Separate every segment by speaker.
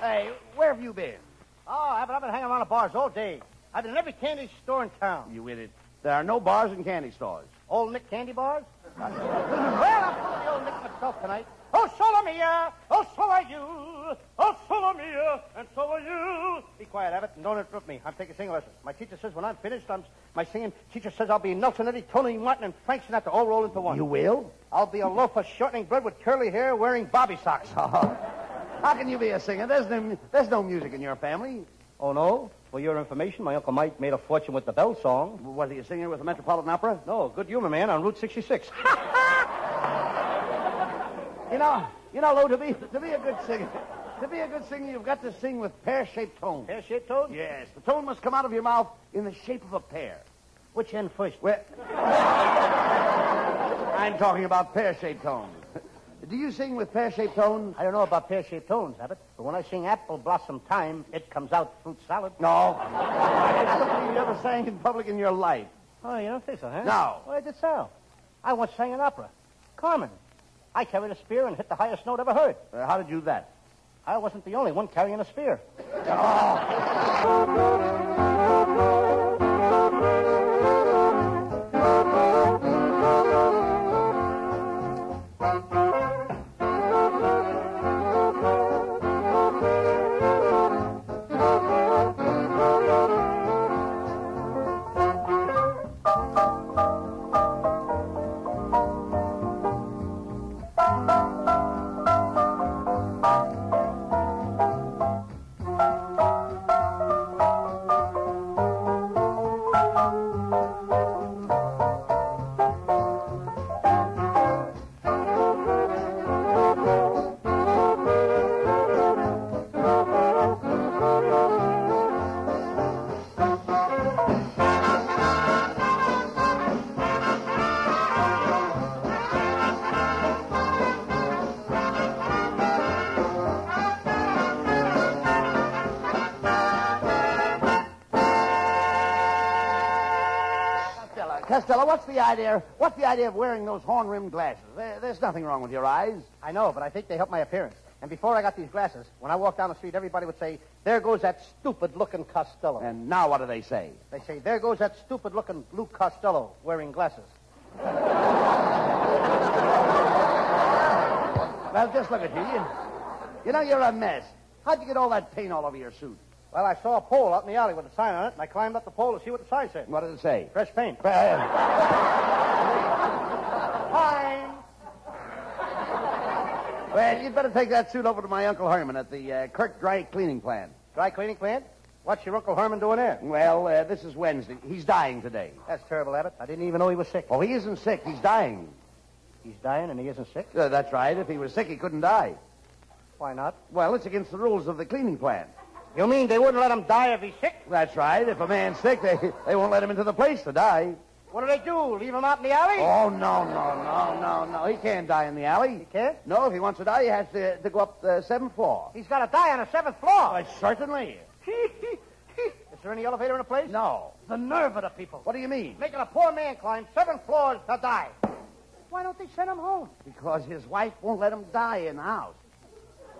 Speaker 1: Hey, where have you been?
Speaker 2: Oh, I've been, I've been hanging around the bars all day. I've been in every candy store in town.
Speaker 1: You idiot. There are no bars and candy stores.
Speaker 2: Old Nick candy bars? well, I'm going to be old Nick myself tonight. Oh, solo mia! Oh, so are you! Oh, solo mia! And so are you! Be quiet, Abbott, and don't interrupt me. I'm taking singing lessons. My teacher says when I'm finished, I'm my singing teacher says I'll be Nelson Eddy, Tony Martin, and Frank Sinatra all rolled into one.
Speaker 1: You will?
Speaker 2: I'll be a loaf of shortening bread with curly hair wearing bobby socks.
Speaker 1: How can you be a singer? There's no, there's no music in your family.
Speaker 2: Oh, no? For your information, my Uncle Mike made a fortune with the Bell song.
Speaker 1: Was he a singer with the Metropolitan Opera?
Speaker 2: No, good humor man on Route 66.
Speaker 1: You know, you know, Lou, to be, to be a good singer, to be a good singer, you've got to sing with pear-shaped tone.
Speaker 2: Pear-shaped toad?
Speaker 1: Yes, the tone must come out of your mouth in the shape of a pear.
Speaker 2: Which end first?
Speaker 1: Well, I'm talking about pear-shaped tones. Do you sing with pear-shaped tones?
Speaker 2: I don't know about pear-shaped tones, Abbott, but when I sing Apple Blossom Time, it comes out fruit salad.
Speaker 1: No. it's something you never sang in public in your life.
Speaker 2: Oh, you don't think so, huh?
Speaker 1: No.
Speaker 2: Why did it sound? I once sang an opera, Carmen. I carried a spear and hit the highest note ever heard.
Speaker 1: Uh, how did you do that?
Speaker 2: I wasn't the only one carrying a spear.
Speaker 1: Costello, Costello, what's the idea? What's the idea of wearing those horn-rimmed glasses? There, there's nothing wrong with your eyes.
Speaker 2: I know, but I think they help my appearance. And before I got these glasses, when I walked down the street, everybody would say, There goes that stupid looking Costello.
Speaker 1: And now what do they say?
Speaker 2: They say, There goes that stupid looking Luke Costello wearing glasses.
Speaker 1: Well, just look at you. You, you know you're a mess. How'd you get all that paint all over your suit?
Speaker 2: Well, I saw a pole out in the alley with a sign on it, and I climbed up the pole to see what the sign said.
Speaker 1: What did it say?
Speaker 2: Fresh paint.
Speaker 1: Well,
Speaker 2: Fine.
Speaker 1: well, you'd better take that suit over to my Uncle Herman at the uh, Kirk Dry Cleaning Plant.
Speaker 2: Dry cleaning plant? What's your Uncle Herman doing there?
Speaker 1: Well, uh, this is Wednesday. He's dying today.
Speaker 2: That's terrible, Abbott. I didn't even know he was sick.
Speaker 1: Oh, he isn't sick. He's dying.
Speaker 2: He's dying and he isn't sick?
Speaker 1: Uh, that's right. If he was sick, he couldn't die.
Speaker 2: Why not?
Speaker 1: Well, it's against the rules of the cleaning plant.
Speaker 2: You mean they wouldn't let him die if he's sick?
Speaker 1: That's right. If a man's sick, they, they won't let him into the place to die.
Speaker 2: What do they do? Leave him out in the alley?
Speaker 1: Oh, no, no, no, no, no. He can't die in the alley.
Speaker 2: He can't?
Speaker 1: No, if he wants to die, he has to, to go up the seventh floor.
Speaker 2: He's got to die on the seventh floor.
Speaker 1: Why, certainly.
Speaker 2: Is there any elevator in the place?
Speaker 1: No.
Speaker 2: The nerve of the people.
Speaker 1: What do you mean?
Speaker 2: Making a poor man climb seven floors to die. Why don't they send him home?
Speaker 1: Because his wife won't let him die in the house.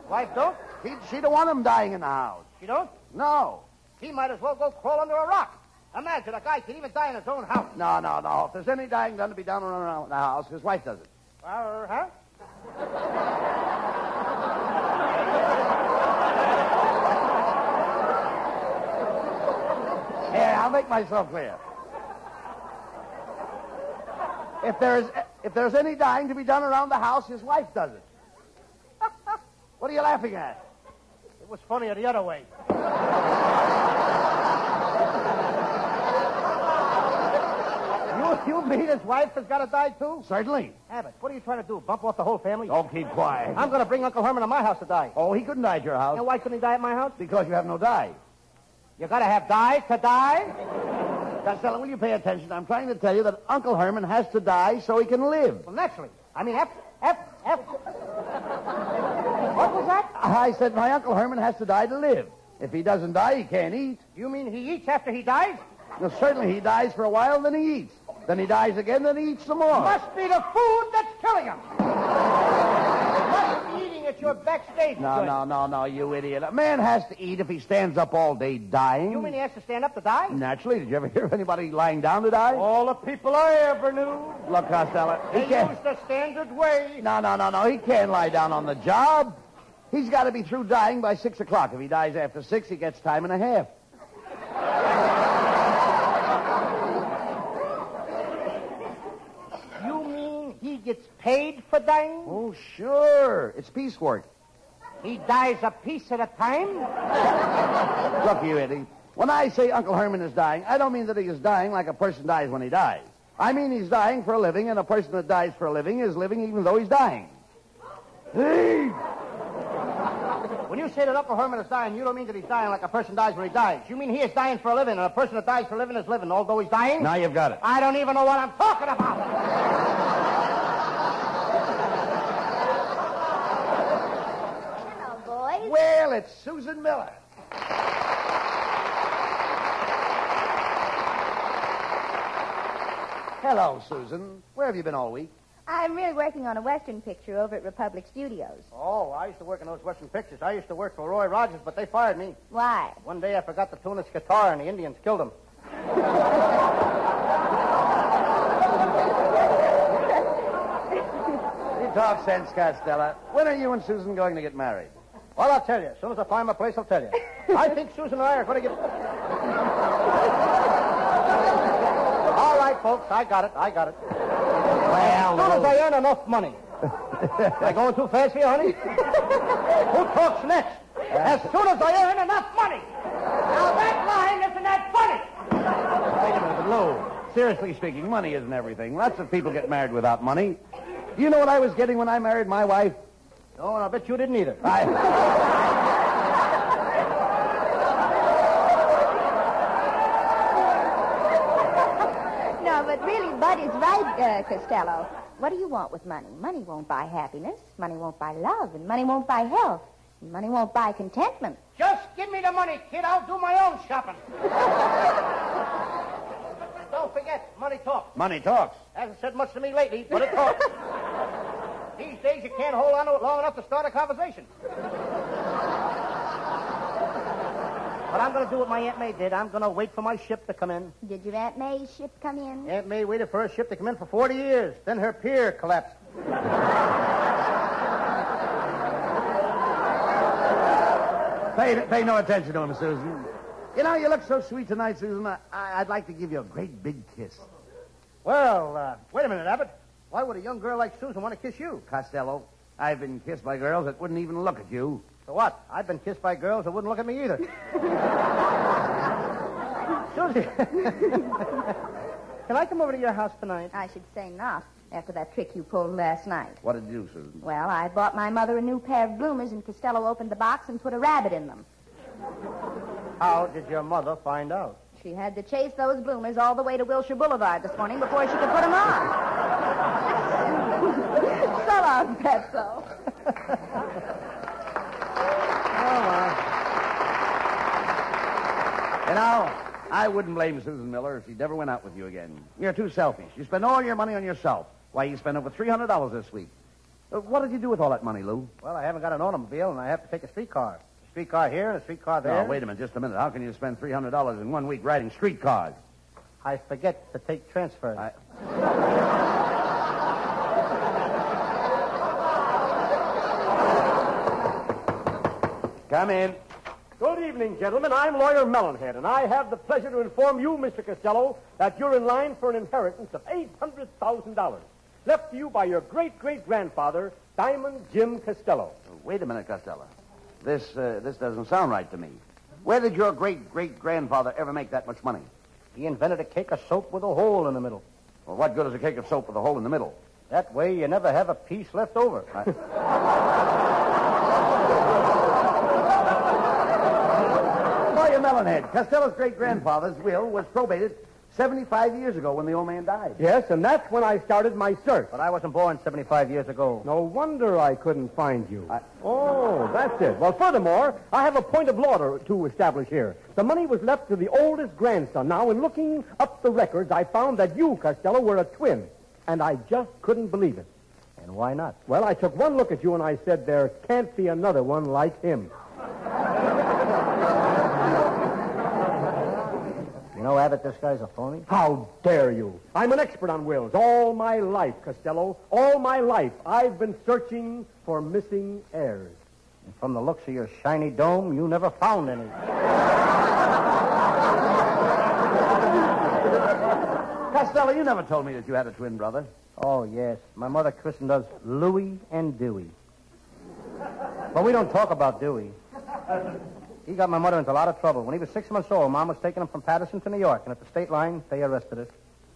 Speaker 2: Wife don't?
Speaker 1: He, she don't want him dying in the house.
Speaker 2: She don't?
Speaker 1: No.
Speaker 2: He might as well go crawl under a rock. Imagine a guy can even die in his own house.
Speaker 1: No, no, no. If there's any dying done to be done around the house, his wife does it.
Speaker 2: Uh, huh?
Speaker 1: Here, I'll make myself clear. If there is if there's any dying to be done around the house, his wife does it. what are you laughing at?
Speaker 2: It was funnier the other way. you, you mean his wife has got to die too?
Speaker 1: Certainly.
Speaker 2: Abbott, what are you trying to do? Bump off the whole family?
Speaker 1: Oh, keep quiet.
Speaker 2: I'm going to bring Uncle Herman to my house to die.
Speaker 1: Oh, he couldn't die at your house
Speaker 2: And why couldn't he die at my house?
Speaker 1: because you have no die.
Speaker 2: You got to have dies to die?
Speaker 1: Costello, will you pay attention? I'm trying to tell you that Uncle Herman has to die so he can live.
Speaker 2: Well, naturally. I mean, after, after, after. what was that?
Speaker 1: I said my Uncle Herman has to die to live. If he doesn't die, he can't eat.
Speaker 2: You mean he eats after he dies?
Speaker 1: Well, certainly he dies for a while, then he eats. Then he dies again, then he eats some more.
Speaker 2: Must be the food that's killing him. Must be eating at your backstage.
Speaker 1: No,
Speaker 2: joint.
Speaker 1: no, no, no, you idiot. A man has to eat if he stands up all day dying.
Speaker 2: You mean he has to stand up to die?
Speaker 1: Naturally. Did you ever hear of anybody lying down to die?
Speaker 2: All the people I ever knew,
Speaker 1: Look, Costello, he
Speaker 2: they
Speaker 1: can't.
Speaker 2: used the standard way.
Speaker 1: No, no, no, no. He can't lie down on the job. He's got to be through dying by six o'clock. If he dies after six, he gets time and a half.
Speaker 2: You mean he gets paid for dying?
Speaker 1: Oh, sure. It's piecework.
Speaker 2: He dies a piece at a time?
Speaker 1: Look, you idiot. When I say Uncle Herman is dying, I don't mean that he is dying like a person dies when he dies. I mean he's dying for a living, and a person that dies for a living is living even though he's dying. Hey!
Speaker 2: When you say that Uncle Herman is dying, you don't mean that he's dying like a person dies when he dies. You mean he is dying for a living, and a person that dies for a living is living, although he's dying?
Speaker 1: Now you've got it.
Speaker 2: I don't even know what I'm talking about.
Speaker 3: Hello, boys.
Speaker 1: Well, it's Susan Miller. Hello, Susan. Where have you been all week?
Speaker 3: I'm really working on a Western picture over at Republic Studios.
Speaker 2: Oh, I used to work in those Western pictures. I used to work for Roy Rogers, but they fired me.
Speaker 3: Why?
Speaker 2: One day I forgot to tune his guitar, and the Indians killed him.
Speaker 1: You talk sense, Costello. When are you and Susan going to get married?
Speaker 2: Well, I'll tell you. As soon as I find my place, I'll tell you. I think Susan and I are going to get. All right, folks. I got it. I got it. As soon as
Speaker 1: Well,
Speaker 2: I earn enough money. Am I going too fast here, honey? Who talks next? As soon as I earn enough money. Now that line isn't that funny.
Speaker 1: wait a minute, but Lou. Seriously speaking, money isn't everything. Lots of people get married without money. Do you know what I was getting when I married my wife?
Speaker 2: No, and I bet you didn't either.
Speaker 1: I.
Speaker 3: No, but really, Bud is right, uh, Costello. What do you want with money? Money won't buy happiness. Money won't buy love. And money won't buy health. And money won't buy contentment.
Speaker 2: Just give me the money, kid. I'll do my own shopping. Don't forget, money talks.
Speaker 1: Money talks.
Speaker 2: Hasn't said much to me lately, but it talks. These days, you can't hold on to it long enough to start a conversation. But I'm going to do what my Aunt May did. I'm going to wait for my ship to come in.
Speaker 3: Did your Aunt May's ship come in?
Speaker 2: Aunt May waited for her ship to come in for 40 years. Then her pier collapsed.
Speaker 1: Pay, pay no attention to him, Susan. You know, you look so sweet tonight, Susan. I, I, I'd like to give you a great big kiss.
Speaker 2: Well, uh, wait a minute, Abbott. Why would a young girl like Susan want to kiss you?
Speaker 1: Costello, I've been kissed by girls that wouldn't even look at you.
Speaker 2: So what? I've been kissed by girls that wouldn't look at me either. Susie, can I come over to your house tonight?
Speaker 3: I should say not, after that trick you pulled last night.
Speaker 1: What did you do, Susan?
Speaker 3: Well, I bought my mother a new pair of bloomers, and Costello opened the box and put a rabbit in them.
Speaker 2: How did your mother find out?
Speaker 3: She had to chase those bloomers all the way to Wilshire Boulevard this morning before she could put them on. so long, Petzo.
Speaker 1: Oh, uh. You know, I wouldn't blame Susan Miller if she never went out with you again. You're too selfish. You spend all your money on yourself. Why, you spent over $300 this week. Uh, what did you do with all that money, Lou?
Speaker 2: Well, I haven't got an automobile, and I have to take a streetcar. A streetcar here and a streetcar there.
Speaker 1: No, wait a minute, just a minute. How can you spend $300 in one week riding streetcars?
Speaker 2: I forget to take transfers.
Speaker 1: I- Come in.
Speaker 4: Good evening, gentlemen. I'm Lawyer Mellonhead, and I have the pleasure to inform you, Mr. Costello, that you're in line for an inheritance of $800,000 left to you by your great great grandfather, Diamond Jim Costello.
Speaker 1: Wait a minute, Costello. This, uh, this doesn't sound right to me. Where did your great great grandfather ever make that much money?
Speaker 2: He invented a cake of soap with a hole in the middle.
Speaker 1: Well, what good is a cake of soap with a hole in the middle?
Speaker 2: That way, you never have a piece left over.
Speaker 1: Lawyer Mellonhead, Costello's great grandfather's will was probated 75 years ago when the old man died.
Speaker 4: Yes, and that's when I started my search.
Speaker 2: But I wasn't born 75 years ago.
Speaker 4: No wonder I couldn't find you. Oh, that's it. Well, furthermore, I have a point of law to, to establish here. The money was left to the oldest grandson. Now, in looking up the records, I found that you, Costello, were a twin, and I just couldn't believe it.
Speaker 2: And And why not?
Speaker 4: Well, I took one look at you and I said, there can't be another one like him.
Speaker 2: You know, Abbott, this guy's a phony.
Speaker 4: How dare you? I'm an expert on wills. All my life, Costello, all my life, I've been searching for missing heirs.
Speaker 2: And from the looks of your shiny dome, you never found any.
Speaker 1: Costello, you never told me that you had a twin brother.
Speaker 2: Oh, yes. My mother christened us Louie and Dewey. But we don't talk about Dewey. He got my mother into a lot of trouble. When he was six months old, Mom was taking him from Patterson to New York, and at the state line, they arrested her.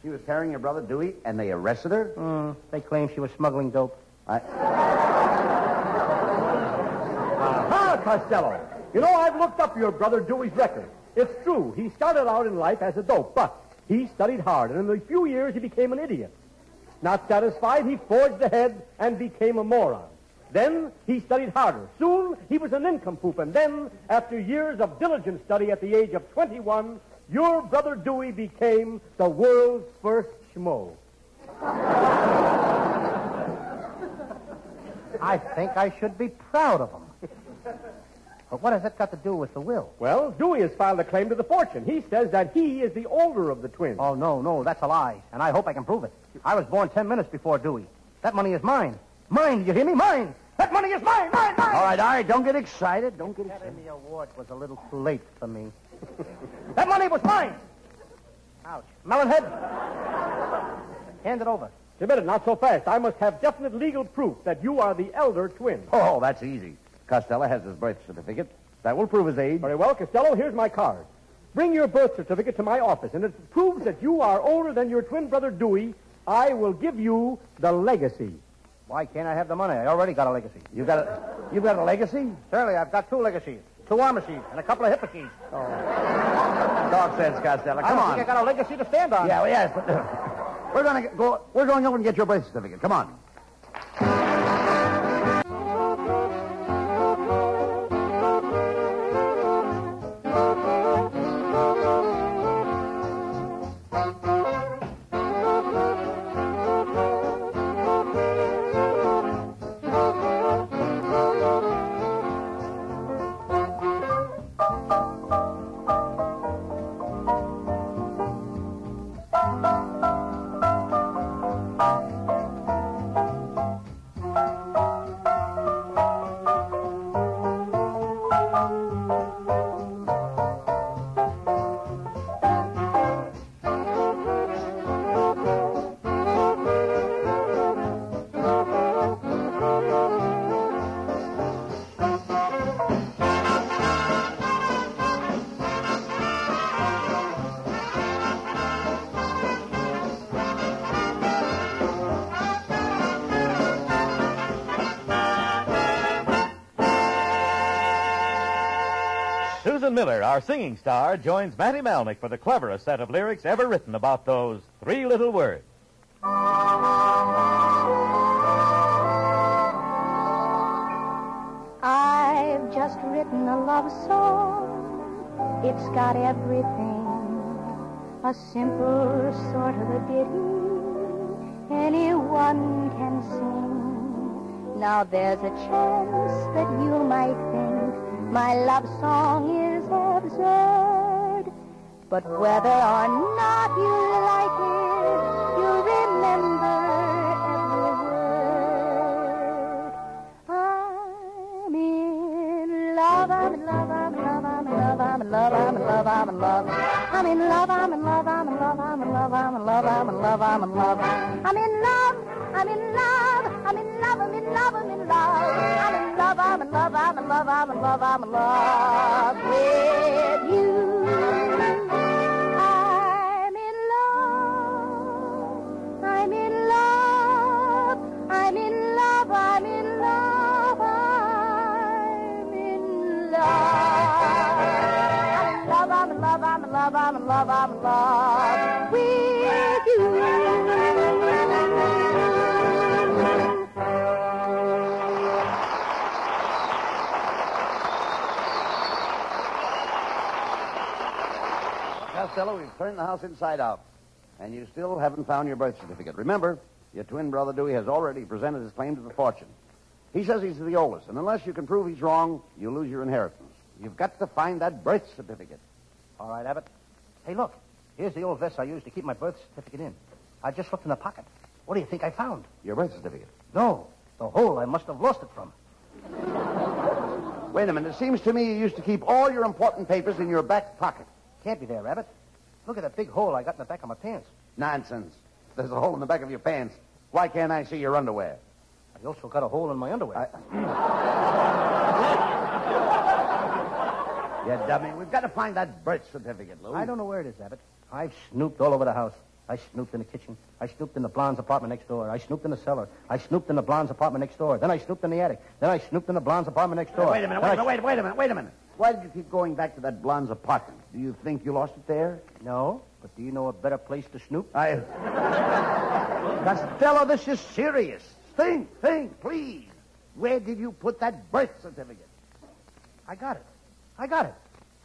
Speaker 1: She was carrying your brother Dewey, and they arrested her?
Speaker 2: Mm, they claimed she was smuggling dope.
Speaker 4: Ah, Costello. You know, I've looked up your brother Dewey's record. It's true. He started out in life as a dope, but he studied hard, and in a few years he became an idiot. Not satisfied, he forged ahead and became a moron. Then he studied harder. Soon he was a nincompoop, and then, after years of diligent study at the age of 21, your brother Dewey became the world's first schmo.
Speaker 2: I think I should be proud of him. But what has that got to do with the will?
Speaker 4: Well, Dewey has filed a claim to the fortune. He says that he is the older of the twins.
Speaker 2: Oh, no, no, that's a lie, and I hope I can prove it. I was born ten minutes before Dewey. That money is mine. Mine, you hear me? Mine! That money is mine! Mine! Mine!
Speaker 1: All right, all right, don't get excited. Don't get excited.
Speaker 2: Academy Award was a little too late for me. that money was mine. Ouch. Melonhead. Hand it over.
Speaker 4: Wait a minute, not so fast. I must have definite legal proof that you are the elder twin.
Speaker 1: Oh, that's easy. Costello has his birth certificate. That will prove his age.
Speaker 4: Very well, Costello, here's my card. Bring your birth certificate to my office, and if it proves that you are older than your twin brother Dewey, I will give you the legacy.
Speaker 2: Why can't I have the money? I already got a legacy.
Speaker 1: You got a, you got a legacy?
Speaker 2: Surely I've got two legacies. Two Amicies and a couple of Hippocases.
Speaker 1: Talk sense, Costello.
Speaker 2: I
Speaker 1: Come
Speaker 2: don't
Speaker 1: on.
Speaker 2: think I got a legacy to stand on.
Speaker 1: Yeah, well, yes, but we're going to go. We're going over and get your birth certificate. Come on.
Speaker 5: Susan Miller, our singing star, joins Matty Malnick for the cleverest set of lyrics ever written about those three little words.
Speaker 3: I've just written a love song. It's got everything. A simple sort of a ditty anyone can sing. Now there's a chance that you might think my love song is absurd. But whether or not you like it, you remember every word. I'm in love, I'm in love, I'm in love, I'm in love, I'm in love, I'm in love, I'm in love. I'm in love, I'm in love, I'm in love, I'm in love, I'm in love, I'm in love, I'm in love. I'm in love, I'm in love, I'm in love, I'm in love, I'm in love. I'm in love, I'm in love, I'm in love, I'm in love, I'm in love with you. I'm in love, I'm in love, I'm in love, I'm in love, I'm in love. I'm in love, I'm in love, I'm in love, I'm in love, I'm in love with you.
Speaker 1: Costello, we've turned the house inside out, and you still haven't found your birth certificate. Remember, Your twin brother Dewey has already presented his claim to the fortune. He says he's the oldest, and unless you can prove he's wrong, you lose your inheritance. You've got to find that birth certificate.
Speaker 2: All right, Abbott. Hey, look. Here's the old vest I used to keep my birth certificate in. I just looked in the pocket. What do you think I found?
Speaker 1: Your birth certificate.
Speaker 2: No, the hole I must have lost it from.
Speaker 1: Wait a minute. It seems to me you used to keep all your important papers in your back pocket.
Speaker 2: Can't be there, Abbott. Look at that big hole I got in the back of my pants.
Speaker 1: Nonsense. There's a hole in the back of your pants. Why can't I see your underwear?
Speaker 2: I also got a hole in my underwear.
Speaker 1: You dummy. We've got to find that birth certificate, Lou.
Speaker 2: I don't know where it is, Abbott. I've snooped all over the house. I snooped in the kitchen. I snooped in the blonde's apartment next door. I snooped in the cellar. I snooped in the blonde's apartment next door. Then I snooped in the attic. Then I snooped in the blonde's apartment next door.
Speaker 1: Wait a minute. Wait a minute. Wait, wait a minute. Wait a minute. Why did you keep going back to that blonde's apartment? Do you think you lost it there?
Speaker 2: No, but do you know a better place to snoop?
Speaker 1: I. Costello, this is serious. Think, think, please. Where did you put that birth certificate?
Speaker 2: I got it. I got it.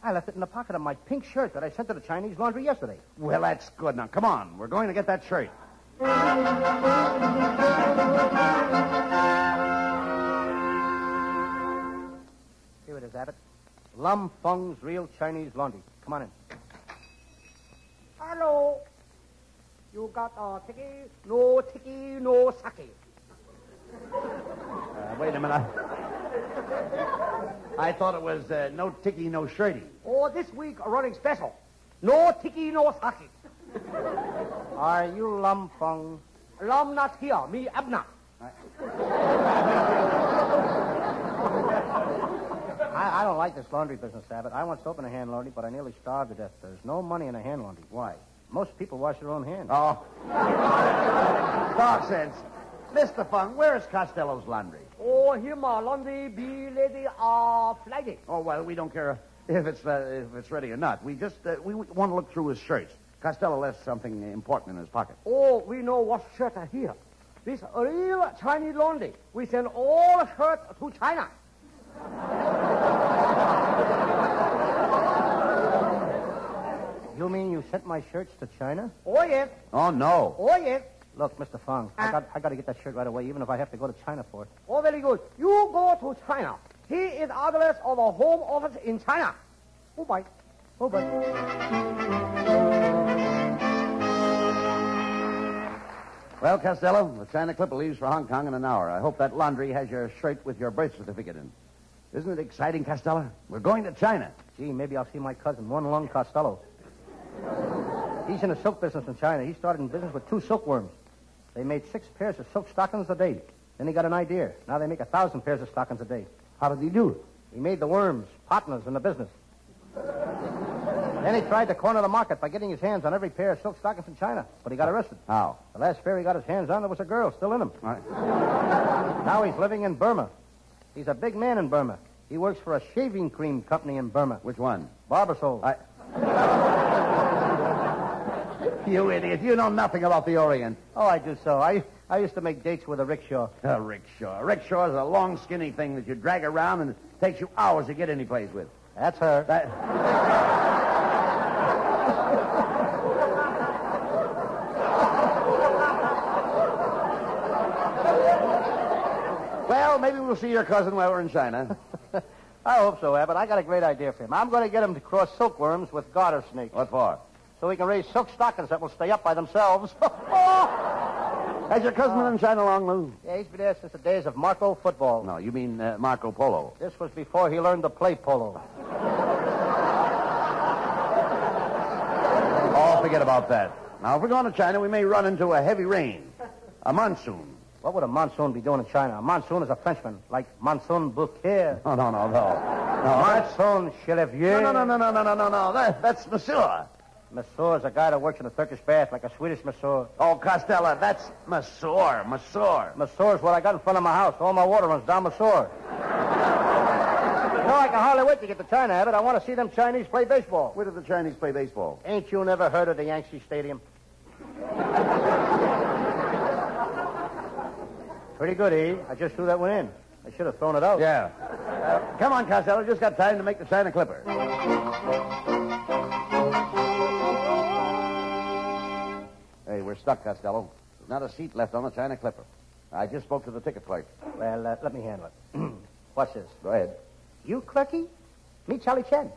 Speaker 2: I left it in the pocket of my pink shirt that I sent to the Chinese laundry yesterday.
Speaker 1: Well, that's good. Now, come on. We're going to get that shirt.
Speaker 2: Here it is, Abbott. Lum Feng's Real Chinese Laundry. Come on in.
Speaker 6: Hello. You got a ticket? No ticket, no sake.
Speaker 1: Uh, wait a minute. I thought it was uh, no ticky, no shirty.
Speaker 6: Or this week a running special. No ticket, no sake.
Speaker 2: Are you Lum Feng?
Speaker 6: Lam not here, me Abna.
Speaker 2: I, I don't like this laundry business, Abbott. I once opened a hand laundry, but I nearly starved to death. There's no money in a hand laundry. Why? Most people wash their own hands.
Speaker 1: Oh. Nonsense. Mr. Fung, where is Costello's laundry?
Speaker 6: Or him a Lundy, be ah, lady a Friday.
Speaker 1: Oh, well, we don't care if it's, uh, if it's ready or not. We just uh, we want to look through his shirts. Costello left something important in his pocket.
Speaker 6: Oh, we know what shirt are here. This real Chinese laundry. We send all shirts to China.
Speaker 2: You mean you sent my shirts to China?
Speaker 6: Oh yes,
Speaker 1: Oh, no.
Speaker 6: oh yes.
Speaker 2: Look, Mr. Fong, I
Speaker 6: Uh.
Speaker 2: got I got to get that shirt right away, even if I have to go to China for it.
Speaker 6: Oh very good. You go to China. He is address of a home office in China. Oh bye.
Speaker 2: Oh, but
Speaker 1: Well, Costello, the China Clipper leaves for Hong Kong in an hour. I hope that laundry has your shirt with your birth certificate in. Isn't it exciting, Costello? We're going to China.
Speaker 2: gee, maybe I'll see my cousin, one lung Costello. He's in the silk business in China. He started in business with two silkworms. They made six pairs of silk stockings a day. Then he got an idea. Now they make a thousand pairs of stockings a day.
Speaker 1: How did he do?
Speaker 2: He made the worms partners in the business. then he tried to corner the market by getting his hands on every pair of silk stockings in China, but he got arrested.
Speaker 1: How?
Speaker 2: The last pair he got his hands on, there was a girl still in him.
Speaker 1: Right.
Speaker 2: Now he's living in Burma. He's a big man in Burma. He works for a shaving cream company in Burma.
Speaker 1: Which one?
Speaker 2: Barbasol.
Speaker 1: I- You idiot. You know nothing about the Orient.
Speaker 2: Oh, I do so. I, I used to make dates with a rickshaw.
Speaker 1: A Uh, rickshaw. A rickshaw is a long, skinny thing that you drag around and it takes you hours to get any place with.
Speaker 2: That's her.
Speaker 1: That... well, maybe we'll see your cousin while we're in China.
Speaker 2: I hope so, Abbott. I got a great idea for him. I'm going to get him to cross silkworms with garter snakes
Speaker 1: What for?
Speaker 2: so he can raise silk stockings that will stay up by themselves.
Speaker 1: Has your cousin been in China long, Lou?
Speaker 2: yeah, he's been there since the days of Marco football.
Speaker 1: No, you mean uh, Marco Polo.
Speaker 2: This was before he learned to play polo.
Speaker 1: Oh, forget about that. Now, if we're going to China, we may run into a heavy rain, a monsoon.
Speaker 2: What would a monsoon be doing in China? A monsoon is a Frenchman, like Monsoon Bouquet.
Speaker 1: Oh, No, no, no, no.
Speaker 2: Oh.
Speaker 1: No, that's...
Speaker 2: Monsoon Chevalier.
Speaker 1: No, no, no, no, no, no, no, no, no. That, that's Masur.
Speaker 2: Masseur is a guy that works in a Turkish bath, like a Swedish masseur.
Speaker 1: Oh, Costello, that's Masur, Masur.
Speaker 2: Masseur is what I got in front of my house. All my water runs down Masseur. no, I can hardly wait to get to China, Abbott. I want to see them Chinese play baseball.
Speaker 1: Where do the Chinese play baseball?
Speaker 2: Ain't you never heard of the Yankee Stadium? Pretty good, eh? I just threw that one in. I should have thrown it out.
Speaker 1: Yeah. Uh, come on, Costello. Just got time to make the China Clipper. Hey, we're stuck, Costello. not a seat left on the China Clipper. I just spoke to the ticket clerk.
Speaker 2: Well, uh, let me handle it. Watch this.
Speaker 1: Go ahead.
Speaker 2: You, clerky? Me, Charlie Chen.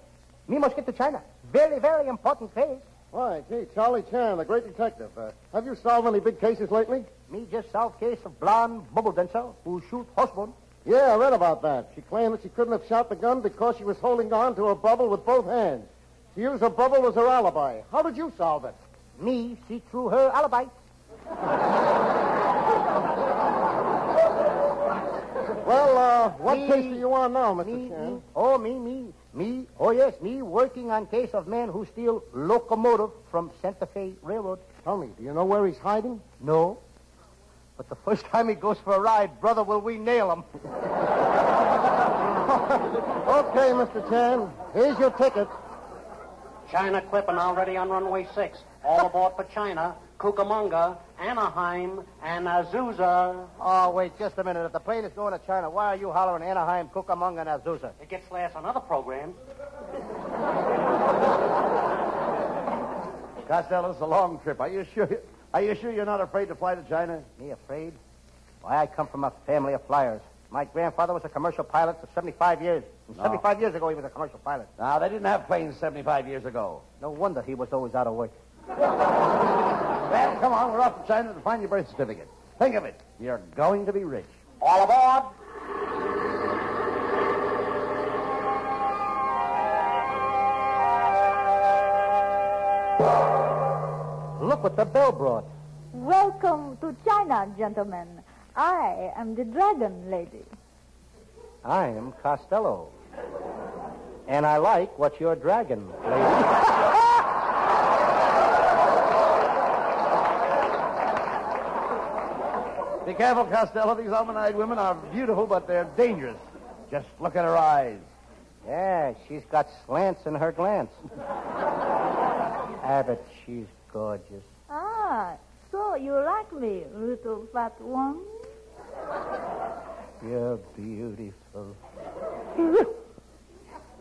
Speaker 2: Me must get to China. Very, very important case.
Speaker 4: Why, gee, Charlie Chan, the great detective. Uh, have you solved any big cases lately?
Speaker 2: Me just solved case of blonde bubble dancer who shoot husband.
Speaker 4: Yeah, I read about that. She claimed that she couldn't have shot the gun because she was holding on to a bubble with both hands. She used her bubble as her alibi. How did you solve it?
Speaker 2: Me see through her alibi.
Speaker 4: Well, uh, what
Speaker 2: Me-
Speaker 4: case are you on now, Mr.
Speaker 2: Me,
Speaker 4: Chan?
Speaker 2: me, oh me, me, me. Oh yes, me working on case of man who steal locomotive from Santa Fe Railroad.
Speaker 4: Tell me, do you know where he's hiding?
Speaker 2: No. But the first time he goes for a ride, brother, will we nail him?
Speaker 4: Okay, Mr. Chan. Here's your ticket.
Speaker 7: China Clipping already on runway six. All aboard for China, Cucamonga, Anaheim, and Azusa.
Speaker 2: Oh, wait just a minute. If the plane is going to China, why are you hollering Anaheim, Cucamonga, and Azusa?
Speaker 7: It gets last on other programs.
Speaker 1: Costello, it's a long trip. Are you sure? Are you sure you're not afraid to fly to China?
Speaker 2: Me afraid? Why, I come from a family of flyers. My grandfather was a commercial pilot for 75 years. And 75 years ago, he was a commercial pilot.
Speaker 1: Now, they didn't have planes 75 years ago.
Speaker 2: No wonder he was always out of work.
Speaker 1: Well, come on, we're off to China to find your birth certificate. Think of it. You're going to be rich.
Speaker 7: All aboard.
Speaker 2: Look what the bell brought.
Speaker 3: Welcome to China, gentlemen. I am the Dragon Lady.
Speaker 2: I am Costello. And I like what you're dragging, lady.
Speaker 1: Be careful, Costello. These almond-eyed women are beautiful, but they're dangerous. Just look at her eyes.
Speaker 2: Yeah, she's got slants in her glance. ah, but she's gorgeous.
Speaker 3: Ah, so you like me, little fat one?
Speaker 2: You're beautiful.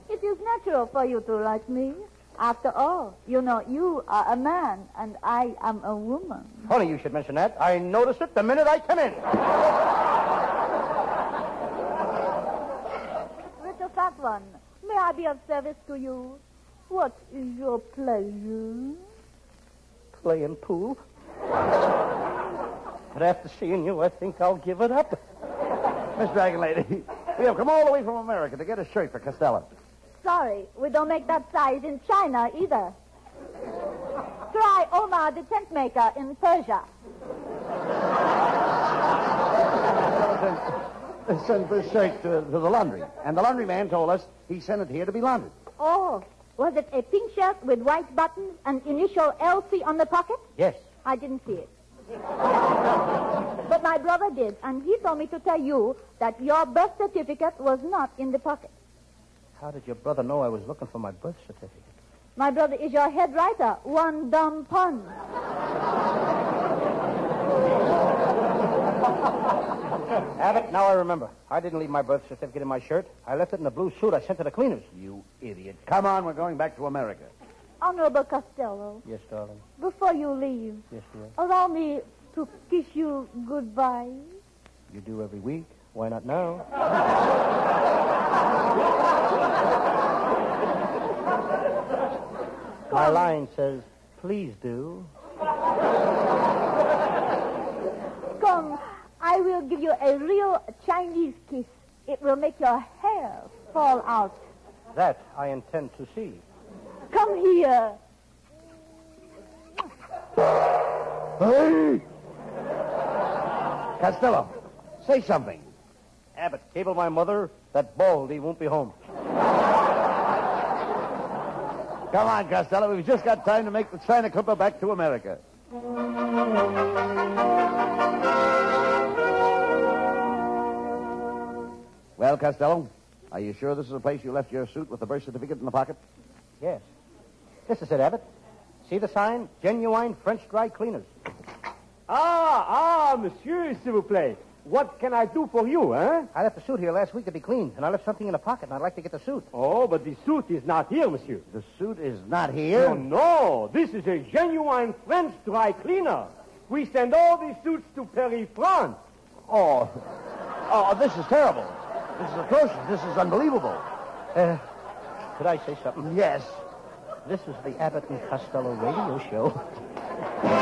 Speaker 3: It is natural for you to like me. After all, you know, you are a man and I am a woman.
Speaker 2: Funny you should mention that. I noticed it the minute I come in.
Speaker 3: Little fat one, may I be of service to you? What is your pleasure?
Speaker 2: Playing pool. But after seeing you, I think I'll give it up.
Speaker 1: Miss Dragon Lady, we have come all the way from America to get a shirt for Costello.
Speaker 3: Sorry, we don't make that size in China either. Try Omar the tent maker in Persia.
Speaker 1: They sent this shirt to, to the laundry, and the laundry man told us he sent it here to be laundered.
Speaker 3: Oh, was it a pink shirt with white buttons and initial LC on the pocket?
Speaker 2: Yes.
Speaker 3: I didn't see it. but my brother did, and he told me to tell you that your birth certificate was not in the pocket.
Speaker 2: How did your brother know I was looking for my birth certificate?
Speaker 3: My brother is your head writer, one dumb pun.
Speaker 2: Abbott, now I remember. I didn't leave my birth certificate in my shirt. I left it in a blue suit I sent to the cleaners. You idiot.
Speaker 1: Come on, we're going back to America.
Speaker 3: Honorable Costello,
Speaker 2: Yes, darling.
Speaker 3: before you leave,
Speaker 2: Yes, dear.
Speaker 3: allow me to kiss you goodbye.
Speaker 2: You do every week. Why not now? My line says, please do.
Speaker 3: Come, I will give you a real Chinese kiss. It will make your hair fall out.
Speaker 2: That I intend to see.
Speaker 3: Come here.
Speaker 1: Hey! Costello, say something.
Speaker 2: Abbott, cable my mother that Baldy won't be home.
Speaker 1: Come on, Costello. We've just got time to make the China Clipper back to America. Well, Costello, are you sure this is the place you left your suit with the birth certificate in the pocket?
Speaker 2: Yes. This is it, Abbott. See the sign? Genuine French dry cleaners.
Speaker 8: Ah, ah, monsieur, s'il vous plaît. What can I do for you, eh?
Speaker 2: I left the suit here last week to be cleaned, and I left something in the pocket, and I'd like to get the suit.
Speaker 8: Oh, but the suit is not here, monsieur.
Speaker 1: The suit is not
Speaker 8: Oh,
Speaker 1: here.
Speaker 8: no. This is a genuine French dry cleaner.
Speaker 4: We send all these suits to Paris, France.
Speaker 1: Oh, oh, this is terrible. This is atrocious. This is unbelievable.
Speaker 2: Could I say something?
Speaker 1: Yes.
Speaker 2: This is the Abbott and Costello radio show.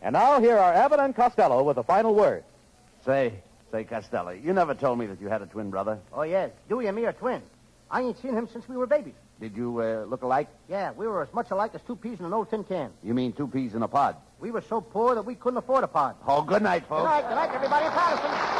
Speaker 5: And now here are Abbott and Costello with the final word.
Speaker 1: Say, say, Costello, you never told me that you had a twin brother.
Speaker 2: Oh, yes. Dewey and me are twins. I ain't seen him since we were babies.
Speaker 1: Did you uh, look alike?
Speaker 2: Yeah, we were as much alike as two peas in an old tin can.
Speaker 1: You mean two peas in a pod?
Speaker 2: We were so poor that we couldn't afford a pod.
Speaker 1: Oh, good night,
Speaker 2: Good
Speaker 1: folks.
Speaker 2: night, good night, everybody. Patterson.